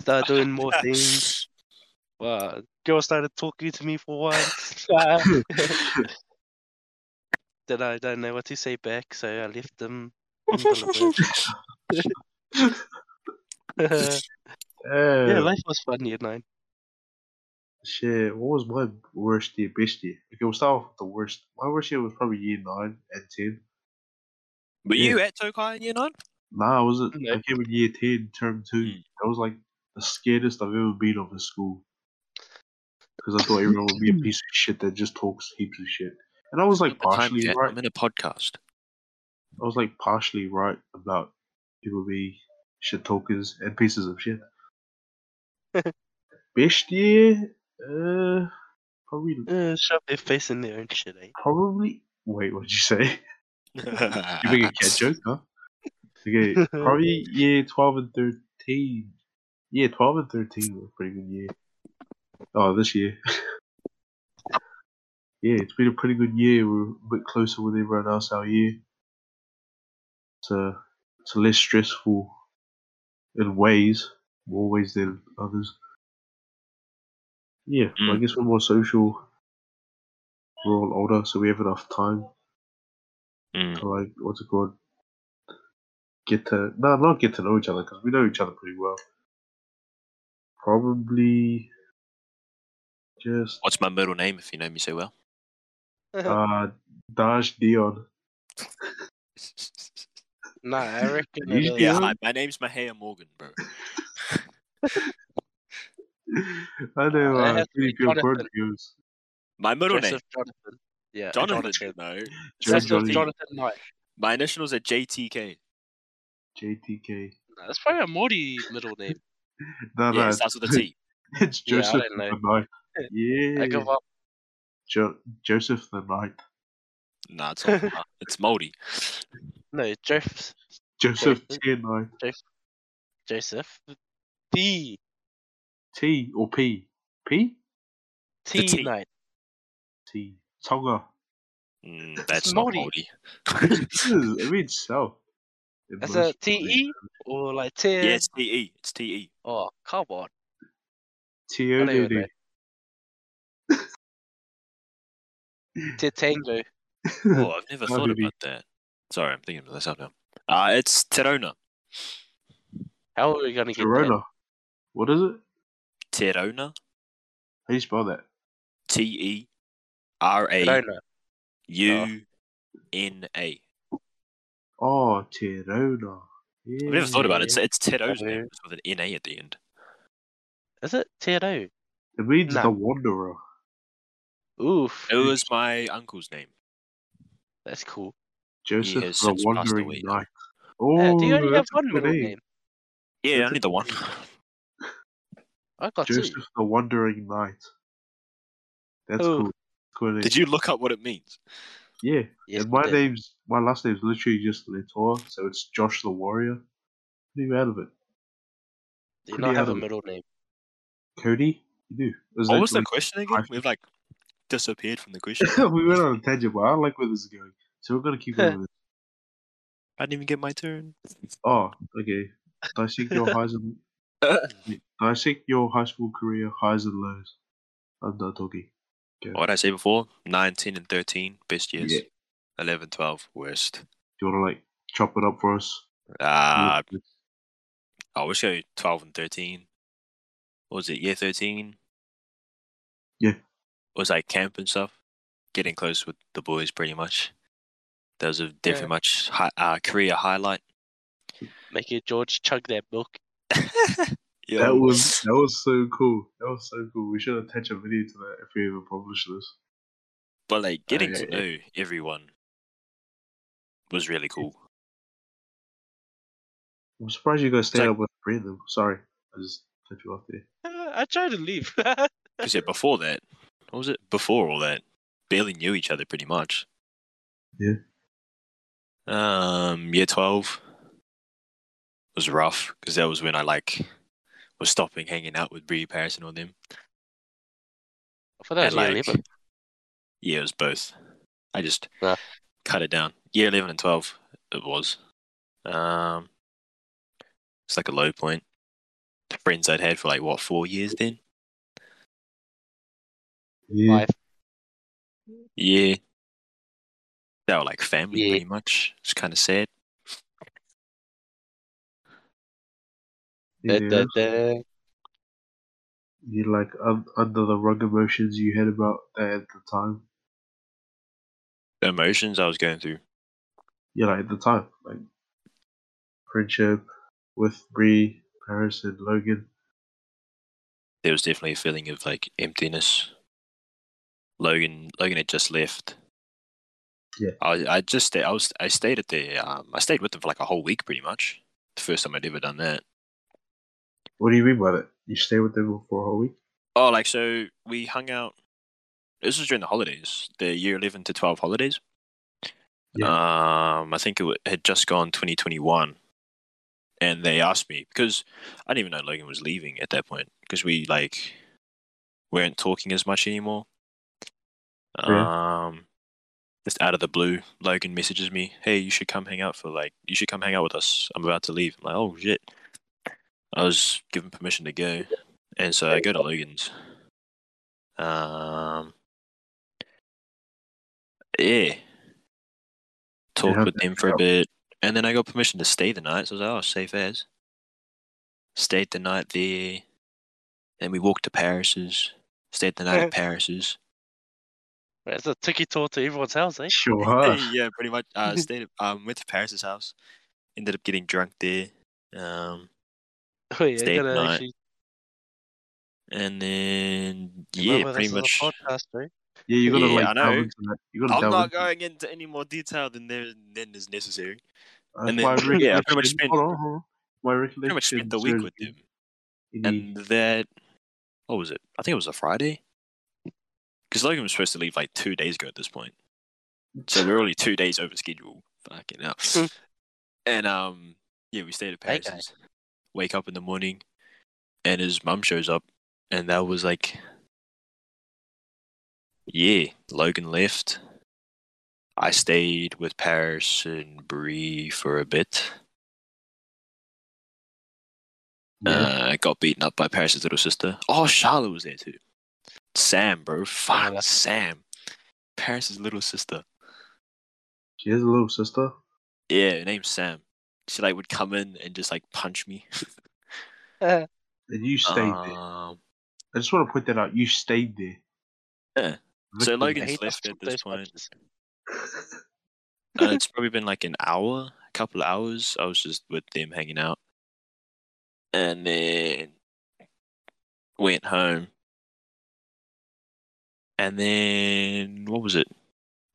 Speaker 3: Started doing
Speaker 1: (laughs)
Speaker 3: more things. Wow. Girl started talking to me for once. then I don't know what to say back, so I left them. in (laughs) the
Speaker 2: Eh,
Speaker 3: library. yeah,
Speaker 2: yeah,
Speaker 3: life was fun year nine.
Speaker 2: shit. What was my worst year, best year? Okay, we'll start off with the worst. My worst year was probably year nine and ten.
Speaker 1: But
Speaker 2: Yeah.
Speaker 1: you at Tokai in year nine?
Speaker 2: Nah, I wasn't.
Speaker 3: No.
Speaker 2: I came in year ten, term two.
Speaker 1: Mm.
Speaker 2: That was like the scariest I've ever been of a school. Because I thought everyone
Speaker 1: (laughs)
Speaker 2: would be a piece of shit that just talks heaps of shit. And I was like
Speaker 1: Not the time
Speaker 2: partially
Speaker 1: yet.
Speaker 2: right.
Speaker 1: I'm in a (laughs) podcast.
Speaker 2: I was like partially right about people being shit talkers and pieces of
Speaker 1: (laughs)
Speaker 2: shit. Best year, uh, probably,
Speaker 3: Uh, shove their face in their own shit, eh? (laughs)
Speaker 2: probably. Wait, what'd you say? You make a (laughs) cat joke, huh? Okay, probably year twelve and thirteen. Yeah, twelve and thirteen were a pretty good year. Oh, this year. (laughs) yeah, it's been a pretty good year. We're a bit closer with everyone else our year. So it's less stressful in ways, more ways than others. Yeah, but I
Speaker 1: Mm.
Speaker 2: guess we're more social. We're all older, so we have enough time
Speaker 1: (laughs) Mm.
Speaker 2: to like what's it called? Get to no, not get to know each other because we know each other pretty well. Probably just
Speaker 1: What's my middle name if you know me so well?
Speaker 2: uh Dash Dion. (laughs)
Speaker 3: nah, I reckon.
Speaker 2: You
Speaker 3: it, uh,
Speaker 1: Yeah,
Speaker 2: Yeah.
Speaker 1: hi. My name's Mahia Morgan, bro.
Speaker 2: I know
Speaker 3: I
Speaker 2: uh,
Speaker 3: have to
Speaker 2: pretty
Speaker 3: be
Speaker 2: good
Speaker 3: Jonathan.
Speaker 2: word views.
Speaker 1: My middle name,
Speaker 3: Joseph Jonathan.
Speaker 1: uh,
Speaker 3: Yeah,
Speaker 1: Jonathan. No,
Speaker 3: Joseph
Speaker 2: Jonathan.
Speaker 3: Jonathan Knight.
Speaker 1: my initials are JTK.
Speaker 2: JTK.
Speaker 3: Nah, that's probably a Maori middle name.
Speaker 2: No,
Speaker 1: Yeah,
Speaker 2: no,
Speaker 1: it starts with a T.
Speaker 2: (laughs) it's
Speaker 3: Yeah, I
Speaker 2: Joseph
Speaker 3: don't know.
Speaker 2: the Knight. Yeah,
Speaker 3: (laughs) I give up.
Speaker 2: jo- Joseph the Knight.
Speaker 1: Nah, it's not, nah, it's Moldy.
Speaker 3: No, Joseph.
Speaker 2: Joseph
Speaker 3: Joseph.
Speaker 2: T Knight.
Speaker 3: Joseph. T.
Speaker 2: T or P? P?
Speaker 3: T.
Speaker 1: T.
Speaker 3: Knight.
Speaker 2: T. Tonga.
Speaker 1: Mm, that's not
Speaker 2: (laughs)
Speaker 3: Maori.
Speaker 1: Moldy. (laughs)
Speaker 2: This is- it means so. In
Speaker 3: That's a
Speaker 2: most
Speaker 3: T E or like T. E?
Speaker 1: Yeah, it's TE. E. It's TE.
Speaker 3: Oh, come on. I know your
Speaker 2: T-O-D-D. (laughs)
Speaker 3: Te Tango.
Speaker 2: (laughs)
Speaker 1: Oh, I've never thought
Speaker 2: Moldy.
Speaker 1: about that. Sorry, I'm thinking about this up now. Uh, it's Terona.
Speaker 3: How are we gonna get that?
Speaker 2: Corona. What is it?
Speaker 1: Terona.
Speaker 2: How do you spell that?
Speaker 1: T E R A
Speaker 3: Corona.
Speaker 1: U N A.
Speaker 2: Oh, Terona. Yeah.
Speaker 1: I've never thought about it. It's,
Speaker 3: Yeah.
Speaker 1: it's Ted O's
Speaker 3: Yeah.
Speaker 1: name it's with an N A at the end.
Speaker 3: Is it T N O?
Speaker 2: It means
Speaker 3: No.
Speaker 2: the wanderer.
Speaker 3: Oof.
Speaker 1: It was my uncle's name.
Speaker 3: That's cool.
Speaker 2: Joseph
Speaker 1: has
Speaker 2: the
Speaker 1: since passed
Speaker 2: wandering
Speaker 1: away. Uh,
Speaker 2: knight.
Speaker 3: Yeah,
Speaker 2: Oh,
Speaker 3: do you only have
Speaker 2: that's a
Speaker 3: one
Speaker 2: good
Speaker 3: middle name?
Speaker 1: Yeah,
Speaker 2: That's
Speaker 1: only
Speaker 2: it.
Speaker 1: the one. (laughs)
Speaker 3: I got two.
Speaker 2: Joseph the wandering knight. That's
Speaker 3: Oh.
Speaker 2: cool. Good name.
Speaker 1: Did you look up what it means?
Speaker 2: Yeah.
Speaker 3: Yes,
Speaker 2: and
Speaker 3: we
Speaker 2: my
Speaker 3: did.
Speaker 2: name's my last name's literally just Litor, so it's Josh the warrior. Leave out of it.
Speaker 3: Do you
Speaker 2: pretty
Speaker 3: not have a
Speaker 2: adamant.
Speaker 3: middle name?
Speaker 2: Cody, you do. It was
Speaker 1: What was the
Speaker 2: literally-
Speaker 1: question again?
Speaker 2: I-
Speaker 1: We've like disappeared from the
Speaker 2: (laughs)
Speaker 1: question.
Speaker 2: we went on a tangent, but I like where this is going. So we're
Speaker 1: (laughs)
Speaker 2: gonna keep going with it.
Speaker 1: I didn't even get my turn.
Speaker 2: Oh, okay. Dissect your highs and dissect your high school career highs and lows. I'm not talking.
Speaker 1: What did I say before? 19 and 13, best years.
Speaker 2: Yeah.
Speaker 1: 11, 12, worst.
Speaker 2: Do you wanna like chop it up for us?
Speaker 1: Ah, I wish I 12 and 13. What was it, year 13?
Speaker 2: Yeah.
Speaker 1: Was like camp and stuff. Getting close with the boys pretty much. That was a
Speaker 3: Yeah.
Speaker 1: definitely much hi- uh, career highlight.
Speaker 3: Make it George chug that
Speaker 1: (laughs)
Speaker 3: milk.
Speaker 2: that was that was so cool. That was so cool. We should attach a video to that if we ever publish this.
Speaker 1: But like
Speaker 2: Oh,
Speaker 1: getting to
Speaker 3: Okay.
Speaker 1: know everyone was really cool.
Speaker 2: I'm surprised you guys stayed
Speaker 1: like-
Speaker 2: up with three of them. Sorry. I just cut you off there.
Speaker 3: I tried
Speaker 1: (laughs)
Speaker 3: to leave.
Speaker 1: Because yeah, before that, what was it? Before all that, barely knew each other pretty much.
Speaker 2: Yeah.
Speaker 1: Um, year twelve was rough because that was when I like was stopping hanging out with Bree Paris and all them.
Speaker 3: For that,
Speaker 1: And,
Speaker 3: year
Speaker 1: like,
Speaker 3: 11.
Speaker 1: Yeah, it was both. I just
Speaker 3: Yeah.
Speaker 1: cut it down. Year eleven and twelve, it was. Um, it's like a low point. The friends I'd had for like what four years then.
Speaker 2: Yeah. (laughs)
Speaker 3: Five.
Speaker 1: Yeah. They were like family
Speaker 3: Yeah.
Speaker 1: pretty much. It's kind of sad.
Speaker 2: yeah.
Speaker 3: Da, da, da.
Speaker 2: You like un- under the rug emotions you had about that at the time.
Speaker 1: The emotions I was going through.
Speaker 2: Yeah, like at the time, like friendship with Bree, Paris, and Logan.
Speaker 1: there was definitely a feeling of like emptiness. Logan Logan had just left.
Speaker 2: Yeah.
Speaker 1: I I just stay, I was I stayed at the um I stayed with them for like a whole week pretty much. The first time I'd ever done that.
Speaker 2: What do you mean by that? You stay with them for a whole week?
Speaker 1: Oh, like so we hung out. This was during the holidays, the year eleven to twelve holidays.
Speaker 2: Yeah.
Speaker 1: Um, I think it wa- had just gone twenty twenty one, and they asked me because I didn't even know Logan was leaving at that point because we like weren't talking as much anymore. Um, just out of the blue, Logan messages me, "Hey, you should come hang out for like you should come hang out with us. I'm about to leave." I'm like, "Oh shit!" I was given permission to go, and so I go to Logan's. Um, yeah. Talked
Speaker 2: how'd
Speaker 1: with
Speaker 2: that
Speaker 1: them for a
Speaker 2: go?
Speaker 1: bit, and then I got permission to stay the night. So I was like, "Oh, safe as." Stayed the night there, then we walked to Paris's. Stayed the night at Paris's.
Speaker 3: Right, It's a tiki tour to everyone's house, eh? (laughs)
Speaker 2: Sure.
Speaker 1: (laughs) yeah, pretty much. Uh, stayed. at- Um, went to Paris's house. Ended up getting drunk there. Um,
Speaker 3: Oh, yeah,
Speaker 1: Stay
Speaker 3: you gotta
Speaker 1: up night.
Speaker 3: actually
Speaker 1: and then yeah,
Speaker 3: remember
Speaker 1: pretty
Speaker 3: this is
Speaker 1: much.
Speaker 3: a podcast, (laughs) eh?
Speaker 2: (laughs) Yeah, you gotta
Speaker 1: Yeah, I
Speaker 2: like
Speaker 1: know.
Speaker 2: delve into that. You gotta
Speaker 1: I'm
Speaker 2: delve
Speaker 1: not
Speaker 2: into
Speaker 1: going into any more detail than there than is necessary.
Speaker 2: That's
Speaker 1: and then-
Speaker 2: why I reckon-
Speaker 1: yeah, I pretty much spent-
Speaker 2: hold on, hold on. My
Speaker 1: Pretty much spent the week with them, and that what was it? I think it was a Friday. Because Logan was supposed to leave like two days ago at this point, so we are only two days over schedule. Fucking hell. and um, yeah, we stayed at
Speaker 3: Hey,
Speaker 1: Paris. Wake up in the morning, and his mum shows up, and that was like, yeah, Logan left. I stayed with Paris and Bree for a bit. Uh, I got beaten up by Paris's little sister. Oh, Charlotte was there too. Sam, bro. Fuck,
Speaker 3: that's-
Speaker 1: Sam. Paris's little sister.
Speaker 2: she has a little sister.
Speaker 1: Yeah, her name's Sam. She like would come in and just like punch me.
Speaker 2: And you stayed there.
Speaker 1: Um,
Speaker 2: I just want to point that out. You stayed there.
Speaker 1: Yeah. So
Speaker 2: Victim.
Speaker 1: Logan-
Speaker 3: He
Speaker 1: It's left
Speaker 3: does
Speaker 1: at this
Speaker 3: those
Speaker 1: point.
Speaker 3: punches.
Speaker 1: uh, it's probably been like an hour, a couple of hours. I was just with them hanging out, and then went home. And then what was it?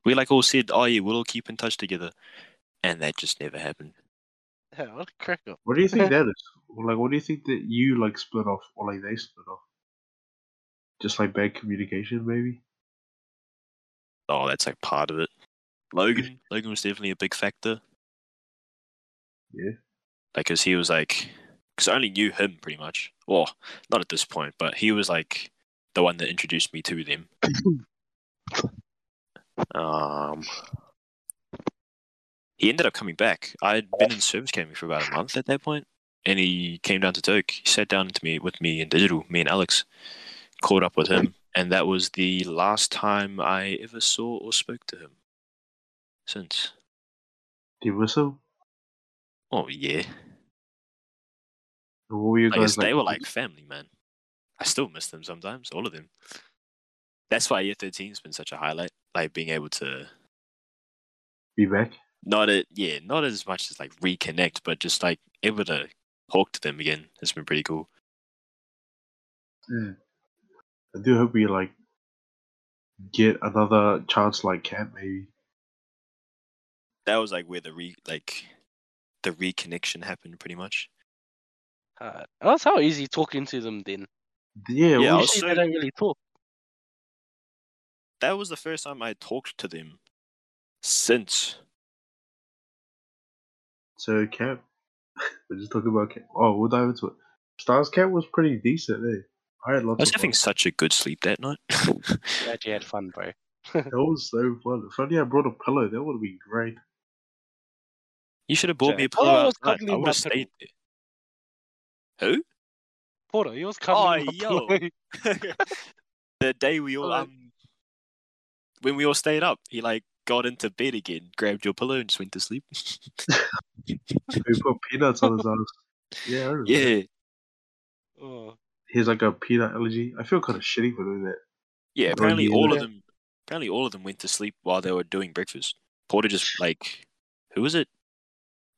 Speaker 1: We like all said, "Oh yeah, we'll all keep in touch together," and that just never happened.
Speaker 3: Yeah, what a cracker.
Speaker 2: what do
Speaker 1: (laughs)
Speaker 2: you think that is? Or, like, what do you think that you like split off, or like they split off? Just like bad communication, maybe.
Speaker 1: Oh, that's like part of it. Logan, Logan was definitely a big factor.
Speaker 2: Yeah.
Speaker 1: Like, cause he was like, cause I only knew him pretty much. Well, not at this point, but he was like the one that introduced me to them. um, he ended up coming back. I'd been in service academy for about a month at that point, and he came down to Turk. He sat down to me with me in digital, me and Alex, caught up with him, and that was the last time I ever saw or spoke to him. Since,
Speaker 2: Do you miss them?
Speaker 1: oh yeah,
Speaker 2: Or what were you
Speaker 1: I guess
Speaker 2: guys
Speaker 1: they were like family, man. I still miss them sometimes, all of them. That's why year thirteen's been such a highlight, like being able to
Speaker 2: be back.
Speaker 1: not a, yeah, not as much as like reconnect, but just like able to talk to them again. It's been pretty cool.
Speaker 2: I do hope we like get another chance like Cat maybe.
Speaker 1: That was like where the re like the reconnection happened, pretty much.
Speaker 3: Uh, that's how easy talking to them then.
Speaker 2: Yeah,
Speaker 1: Yeah, I
Speaker 2: we
Speaker 1: was
Speaker 2: should-
Speaker 3: Usually they don't really talk.
Speaker 1: That was the first time I talked to them since.
Speaker 2: So camp, (laughs) we're just talking about camp. Oh, we'll dive into it. Stars camp was pretty decent, eh? I had
Speaker 1: I
Speaker 2: lots
Speaker 1: was
Speaker 2: of
Speaker 1: having
Speaker 2: fun.
Speaker 1: such a good sleep that night. (laughs)
Speaker 3: Glad you had fun, bro.
Speaker 2: That was so fun. If only I brought a pillow, that would have been great.
Speaker 1: you should have bought
Speaker 3: Jack.
Speaker 1: me a
Speaker 3: Oh,
Speaker 1: pillow.
Speaker 3: I was
Speaker 1: outside.
Speaker 3: cuddling
Speaker 1: I would
Speaker 3: my
Speaker 1: have stayed there. Who?
Speaker 3: Porter, you was coming.
Speaker 1: (laughs) Oh,
Speaker 3: (laughs)
Speaker 1: yo. (laughs) the day we all
Speaker 3: Hello.
Speaker 1: um, when we all stayed up, he like got into bed again, grabbed your pillow, and just went to sleep.
Speaker 2: We put peanuts on
Speaker 1: (laughs)
Speaker 2: his ass. Yeah, I remember.
Speaker 1: yeah,
Speaker 3: Oh,
Speaker 2: He has like a peanut allergy. I feel kind of shitty for doing that.
Speaker 1: yeah. Apparently, all of
Speaker 2: yeah.
Speaker 1: them, apparently all of them went to sleep while they were doing breakfast. Porter just like, who was it?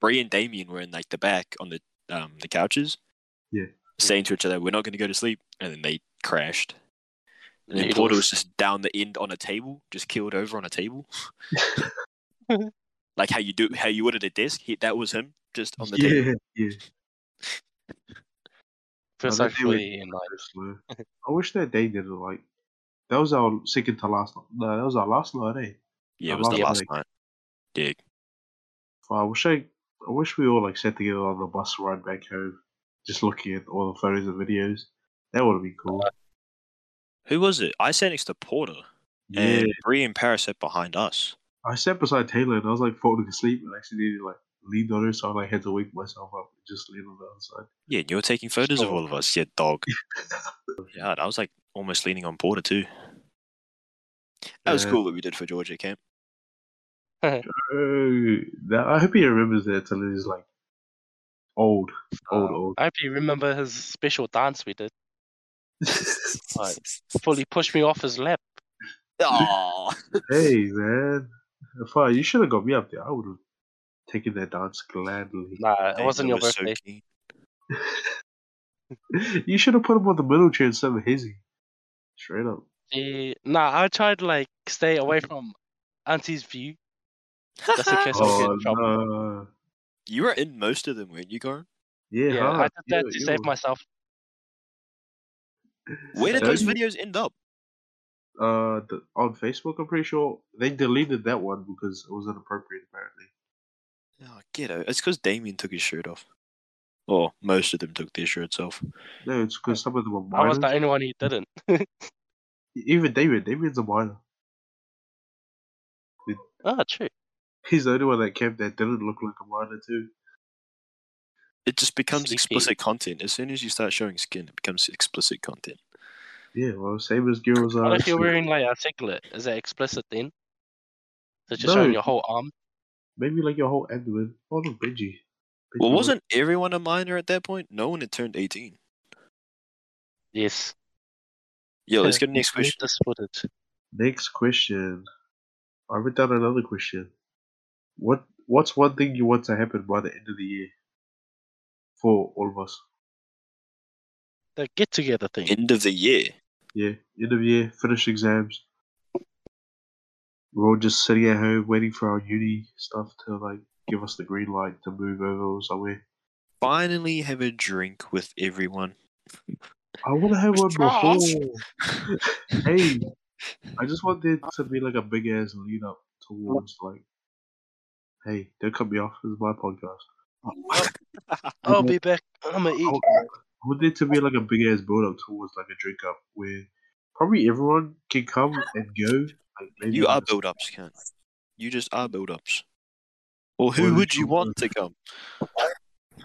Speaker 1: Bree and Damien were in like the back on the um the couches.
Speaker 2: Yeah.
Speaker 1: saying to each other, "We're not going to go to sleep," and then they crashed. And then
Speaker 3: Needles.
Speaker 1: Porter was just down the end on a table, just keeled over on a table. like how you do, how you would at a desk. He, that was him, just on the table.
Speaker 2: (laughs) Yeah, yeah.
Speaker 3: feels
Speaker 2: Oh,
Speaker 3: so
Speaker 2: that day we-
Speaker 3: free and like
Speaker 2: That's slow. I wish that day didn't like. That was our second to last. No, that was our last night, eh?
Speaker 1: Yeah,
Speaker 2: I
Speaker 1: it was the
Speaker 2: love
Speaker 1: last
Speaker 2: it.
Speaker 1: night. Yeah,
Speaker 2: Well, I wish I, I wish we all like sat together on the bus ride back home, just looking at all the photos and videos. That would have been cool.
Speaker 1: who was it? I sat next to Porter,
Speaker 2: Yeah,
Speaker 1: and Bree and Paris sat behind us.
Speaker 2: I sat beside Taylor and I was like falling asleep and accidentally like leaned on her, so I like had to wake myself up and just lean on the other side.
Speaker 1: Yeah, and you were taking photos of
Speaker 3: Sure.
Speaker 1: all of us. Yeah, dog. yeah, and I was like almost leaning on Porter too. That was
Speaker 2: Yeah.
Speaker 1: cool that we did for Georgia camp.
Speaker 2: Oh, now I hope he remembers that till he's like old, old,
Speaker 3: uh,
Speaker 2: old.
Speaker 3: I hope you remember his special dance we did.
Speaker 1: (laughs)
Speaker 3: Right. (laughs) Fully pushed me off his lap.
Speaker 1: Aw.
Speaker 2: hey man, if I, you should have got me up there. I would have taken that dance gladly.
Speaker 3: Nah, it
Speaker 1: Dang,
Speaker 3: wasn't
Speaker 1: I
Speaker 3: your
Speaker 1: was so
Speaker 3: birthday.
Speaker 1: keen.
Speaker 2: (laughs) you should have put him on the middle chair instead of Hizzy. Straight up.
Speaker 3: Yeah, nah, I tried like stay away from Auntie's view. Just in case
Speaker 1: (laughs)
Speaker 3: I get
Speaker 2: Oh,
Speaker 3: in trouble.
Speaker 2: no.
Speaker 1: you were in most of them, weren't you, Goran?
Speaker 2: Yeah,
Speaker 3: Yeah, I
Speaker 2: hard.
Speaker 3: did that
Speaker 2: Yeah,
Speaker 3: to
Speaker 2: yeah.
Speaker 3: save myself.
Speaker 1: Where did
Speaker 2: Don't
Speaker 1: those
Speaker 2: you-
Speaker 1: videos end up?
Speaker 2: Uh, the, on Facebook, I'm pretty sure they deleted that one because it was inappropriate, apparently.
Speaker 1: Oh, ghetto. It's because Damien took his shirt off. Or most of them took their shirts off.
Speaker 2: No, it's because some of them were
Speaker 3: I
Speaker 2: minors.
Speaker 3: was the only one who didn't.
Speaker 2: Even David, David's a minor.
Speaker 3: Oh, true.
Speaker 2: He's the only one that kept that didn't look like a minor, too.
Speaker 1: It just becomes
Speaker 3: Sneaky.
Speaker 1: explicit content. As soon as you start showing skin, it becomes explicit content.
Speaker 2: Yeah, well, same as girls
Speaker 3: What
Speaker 2: are.
Speaker 3: if you're
Speaker 2: so
Speaker 3: wearing like a singlet? Is that explicit then? Is it just
Speaker 2: No.
Speaker 3: showing your whole arm?
Speaker 2: Maybe like your whole abdomen. Oh, look, Benji. Benji
Speaker 1: Well,
Speaker 2: was-
Speaker 1: wasn't everyone a minor at that point? No one had turned 18.
Speaker 3: Yes.
Speaker 1: Yo, let's go to the
Speaker 3: (laughs) You
Speaker 1: next
Speaker 3: need
Speaker 1: question.
Speaker 3: This footage.
Speaker 2: Next question. I wrote down another question. What What's one thing you want to happen by the end of the year? For all of us.
Speaker 3: The get together thing.
Speaker 1: End of the year.
Speaker 2: Yeah, end of year, finish exams. We're all just sitting at home waiting for our uni stuff to like give us the green light to move over or somewhere.
Speaker 1: Finally have a drink with everyone.
Speaker 2: I want to have one
Speaker 1: Charles.
Speaker 2: before. hey, I just want there to be like a big ass lead up towards like, hey, don't cut me off. This is my podcast.
Speaker 3: I'll be back. I'm gonna eat.
Speaker 2: I want there to be like a big ass build up towards like a drink up where probably everyone can come and go. Like
Speaker 1: (laughs)
Speaker 2: maybe
Speaker 1: You are
Speaker 2: just-
Speaker 1: build ups, can't you? just are build ups. Or who
Speaker 2: Well,
Speaker 1: would
Speaker 2: (laughs)
Speaker 1: you
Speaker 2: sure.
Speaker 1: want to come?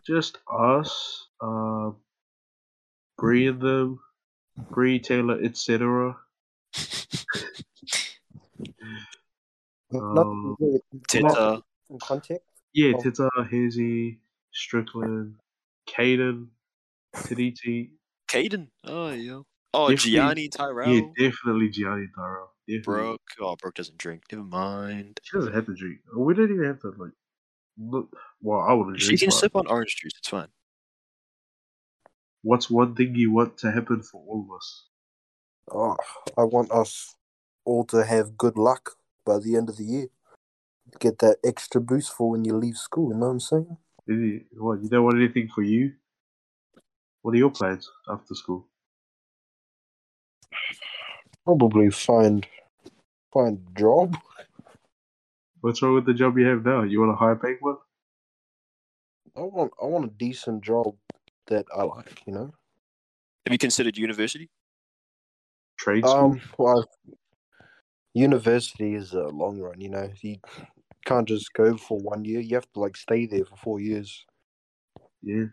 Speaker 2: just us, um, Bree and them, Bree Taylor, etc.
Speaker 4: Not
Speaker 1: Oh,
Speaker 2: Um,
Speaker 4: really
Speaker 1: Teta.
Speaker 4: in context.
Speaker 2: Yeah,
Speaker 4: Oh.
Speaker 2: Tita, Hazy, Strickland, Caden, Taditi.
Speaker 1: Caden. Oh, yo. Oh,
Speaker 2: Definitely-
Speaker 1: Gianni, Tyrell.
Speaker 2: Yeah, definitely Gianni Tyrell. Definitely.
Speaker 4: (laughs)
Speaker 1: Brooke. Oh, Brooke doesn't drink. Never mind.
Speaker 2: She doesn't have to drink. We don't even have to like. Look, well, I would
Speaker 1: She
Speaker 2: drink.
Speaker 1: can
Speaker 2: but
Speaker 1: sip on orange juice. It's fine.
Speaker 2: What's one thing you want to happen for all of us?
Speaker 4: Oh, I want us all to have good luck by the end of the year. Get that extra boost for when you leave school, you know what I'm saying?
Speaker 2: Any- What you don't want anything for you? What are your plans after school?
Speaker 4: Probably find find a job.
Speaker 2: What's wrong with the job you have now? You want a high paying one?
Speaker 4: I want I want a decent job that I like, you know.
Speaker 1: Have you considered university?
Speaker 2: Trade school?
Speaker 4: Um, well, university is a long run, you know. You can't just go for one year. You have to like stay there for four years.
Speaker 2: yeah.
Speaker 4: And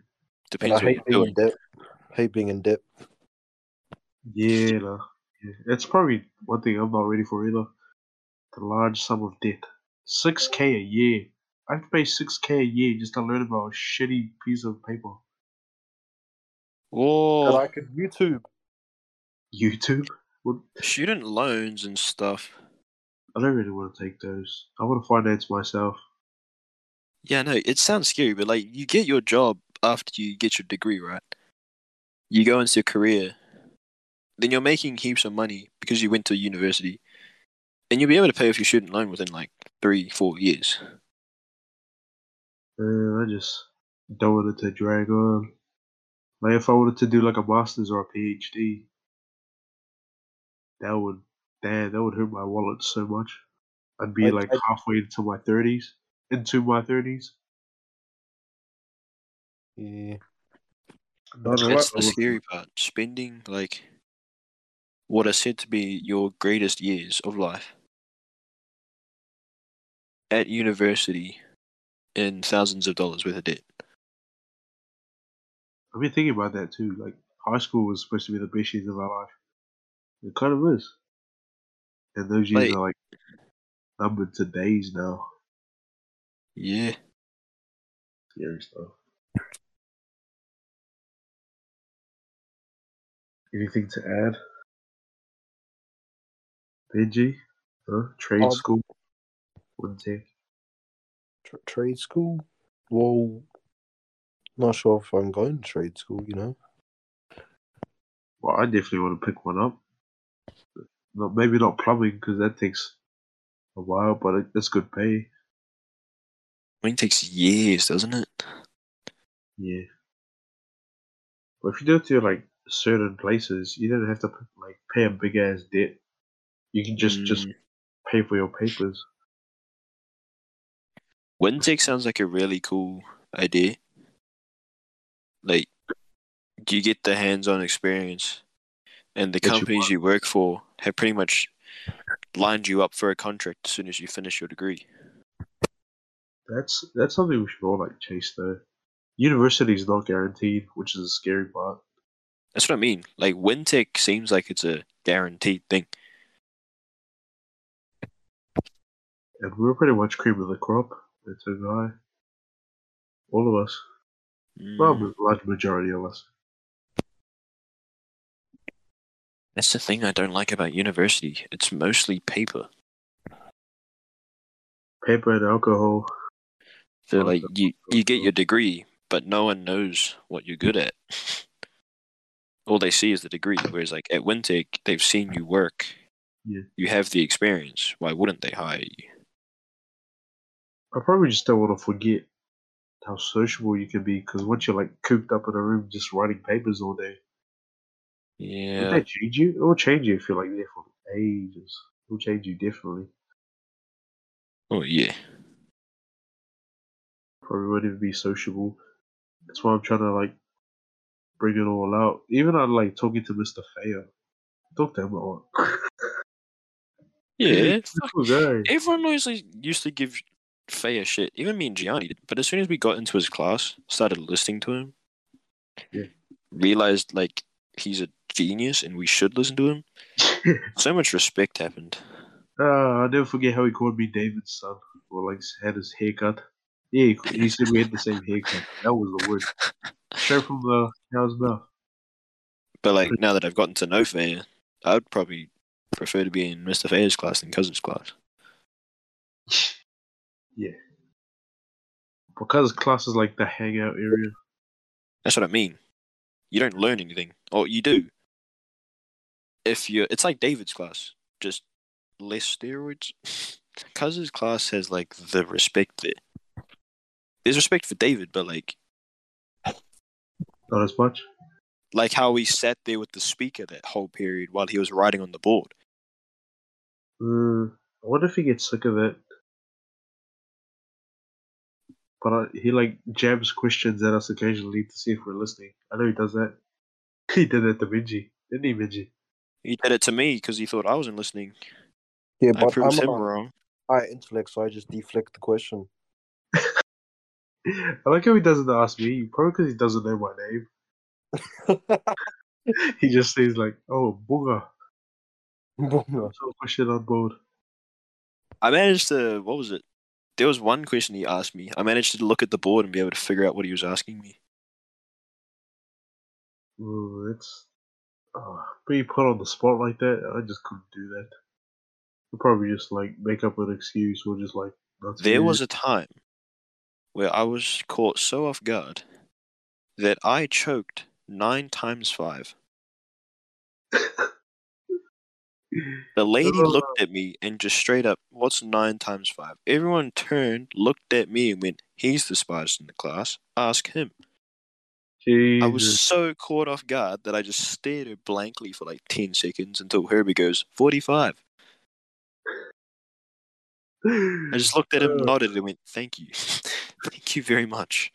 Speaker 1: Depends what
Speaker 4: I hate
Speaker 1: you're
Speaker 4: being in
Speaker 1: doing.
Speaker 4: debt. Hate being in debt.
Speaker 2: Yeah, nah. yeah. That's probably one thing I'm not ready for either. The large sum of debt. 6k a year. I have to pay 6k a year just to learn about a shitty piece of paper.
Speaker 4: But
Speaker 1: Whoa,
Speaker 4: I could YouTube.
Speaker 2: YouTube? What?
Speaker 1: student loans and stuff.
Speaker 2: I don't really want to take those. I want to finance myself.
Speaker 1: Yeah, no, it sounds scary, but like you get your job after you get your degree, right? You go into a career, then you're making heaps of money because you went to university, and you'll be able to pay off your student loan within like three, four years.
Speaker 2: Uh, I just don't want it to drag on. Like if I wanted to do like a master's or a PhD, that would damn that would hurt my wallet so much. I'd be
Speaker 4: I-
Speaker 2: like
Speaker 4: I-
Speaker 2: halfway into my thirties, into my thirties.
Speaker 4: Yeah.
Speaker 2: Not a lot.
Speaker 1: That's the scary part. Spending like what are said to be your greatest years of life at university in thousands of dollars worth of debt.
Speaker 2: I've been thinking about that too. Like high school was supposed to be the best years of our life. It kind of is, and those years
Speaker 1: Like-
Speaker 2: are like numbered to days now.
Speaker 1: Yeah.
Speaker 2: Scary stuff. Anything to add? Benji? Huh? Trade
Speaker 4: Um,
Speaker 2: school? Wouldn't take.
Speaker 4: Tr- trade school. Well, not sure if I'm going to trade school. You know.
Speaker 2: Well, I definitely want to pick one up. Not, maybe not plumbing, because that takes a while, but it, it's good pay.
Speaker 1: I mean, it takes years, doesn't it?
Speaker 2: Yeah. But if you do it to like certain places, you don't have to like pay a big ass debt. You can just just
Speaker 1: Mm.
Speaker 2: pay for your papers.
Speaker 1: WinTech sounds like a really cool idea. Like, you get the hands on experience, and the
Speaker 2: That you
Speaker 1: companies you work for have pretty much lined you up for a contract as soon as you finish your degree.
Speaker 2: That's that's something we should all like chase though. University is not guaranteed, which is a scary part.
Speaker 1: That's what I mean. Like, WinTech seems like it's a guaranteed thing.
Speaker 2: And we were pretty much cream of the crop. It's a guy. All of us. Well,
Speaker 1: Mm.
Speaker 2: the large majority of us.
Speaker 1: That's the thing I don't like about university. It's mostly paper.
Speaker 2: Paper and alcohol.
Speaker 1: So
Speaker 2: Oh,
Speaker 1: like
Speaker 2: that's
Speaker 1: you,
Speaker 2: cool.
Speaker 1: you get your degree, but no one knows what you're good at. (laughs) All they see is the degree. Whereas like at WinTech, they've seen you work.
Speaker 2: Yeah.
Speaker 1: You have the experience. Why wouldn't they hire you?
Speaker 2: I probably just don't want to forget how sociable you can be because once you're like cooped up in a room just writing papers all day, would
Speaker 1: Yeah.
Speaker 2: that change you? It'll change you if you're like there for ages. It'll change you definitely.
Speaker 1: Oh yeah.
Speaker 2: Probably won't even be sociable. That's why I'm trying to like bring it all out. Even I like talking to Mr. Fayer. Talk to him a lot. (laughs)
Speaker 1: Yeah.
Speaker 2: Cool guy.
Speaker 1: Everyone always like, used to give Faye a shit. Even me and Gianni did. But as soon as we got into his class, started listening to him,
Speaker 2: Yeah.
Speaker 1: realized like he's a genius and we should listen to him. So much respect happened.
Speaker 2: Uh, I'll never forget how he called me David's son, or like had his haircut. Yeah, he, he said we had the same haircut. That was the word. Straight from the cow's mouth.
Speaker 1: But like now that I've gotten to know Faye, I'd probably prefer to be in Mr. Faye's class than Cousin's class.
Speaker 2: Because class is like the hangout area.
Speaker 1: That's what I mean. You don't learn anything, or you do. If you, it's like David's class, just less steroids. (laughs) Cousin's class has like the respect there. There's respect for David, but like,
Speaker 2: Not as much.
Speaker 1: like how he sat there with the speaker that whole period while he was writing on the board.
Speaker 2: Hmm, Uh, I wonder if he gets sick of it. but uh, he like jabs questions at us occasionally to see if we're listening. I know he does that. (laughs) He did that to Minji, didn't he, Minji? (laughs)
Speaker 1: He did it to me because he thought I wasn't listening.
Speaker 4: Yeah,
Speaker 1: I
Speaker 4: but
Speaker 1: proved
Speaker 4: I'm
Speaker 1: him
Speaker 4: a
Speaker 1: wrong.
Speaker 4: high intellect, so I just deflect the question. (laughs)
Speaker 2: I like how he doesn't ask me, probably because he doesn't know my name. (laughs) He just says like, "Oh, booger."
Speaker 4: Bunga.
Speaker 2: So question on board.
Speaker 1: I managed to. What was it? There was one question he asked me. I managed to look at the board and be able to figure out what he was asking me.
Speaker 2: Ooh, it's uh, being put on the spot like that. I just couldn't do that. I'd probably just like make up an excuse or just like. Not
Speaker 1: There was
Speaker 2: serious.
Speaker 1: a time where I was caught so off guard that I choked nine times five.
Speaker 2: (laughs)
Speaker 1: The lady
Speaker 2: Oh.
Speaker 1: looked at me and just straight up, what's nine times five? Everyone turned, looked at me, and went, he's the smartest in the class. Ask him.
Speaker 2: Jesus.
Speaker 1: I was so caught off guard that I just stared at her blankly for like 10 seconds until Herbie goes, 45. I just looked at him,
Speaker 2: Oh.
Speaker 1: Oh, (laughs) nodded, and went, thank you. thank you very much.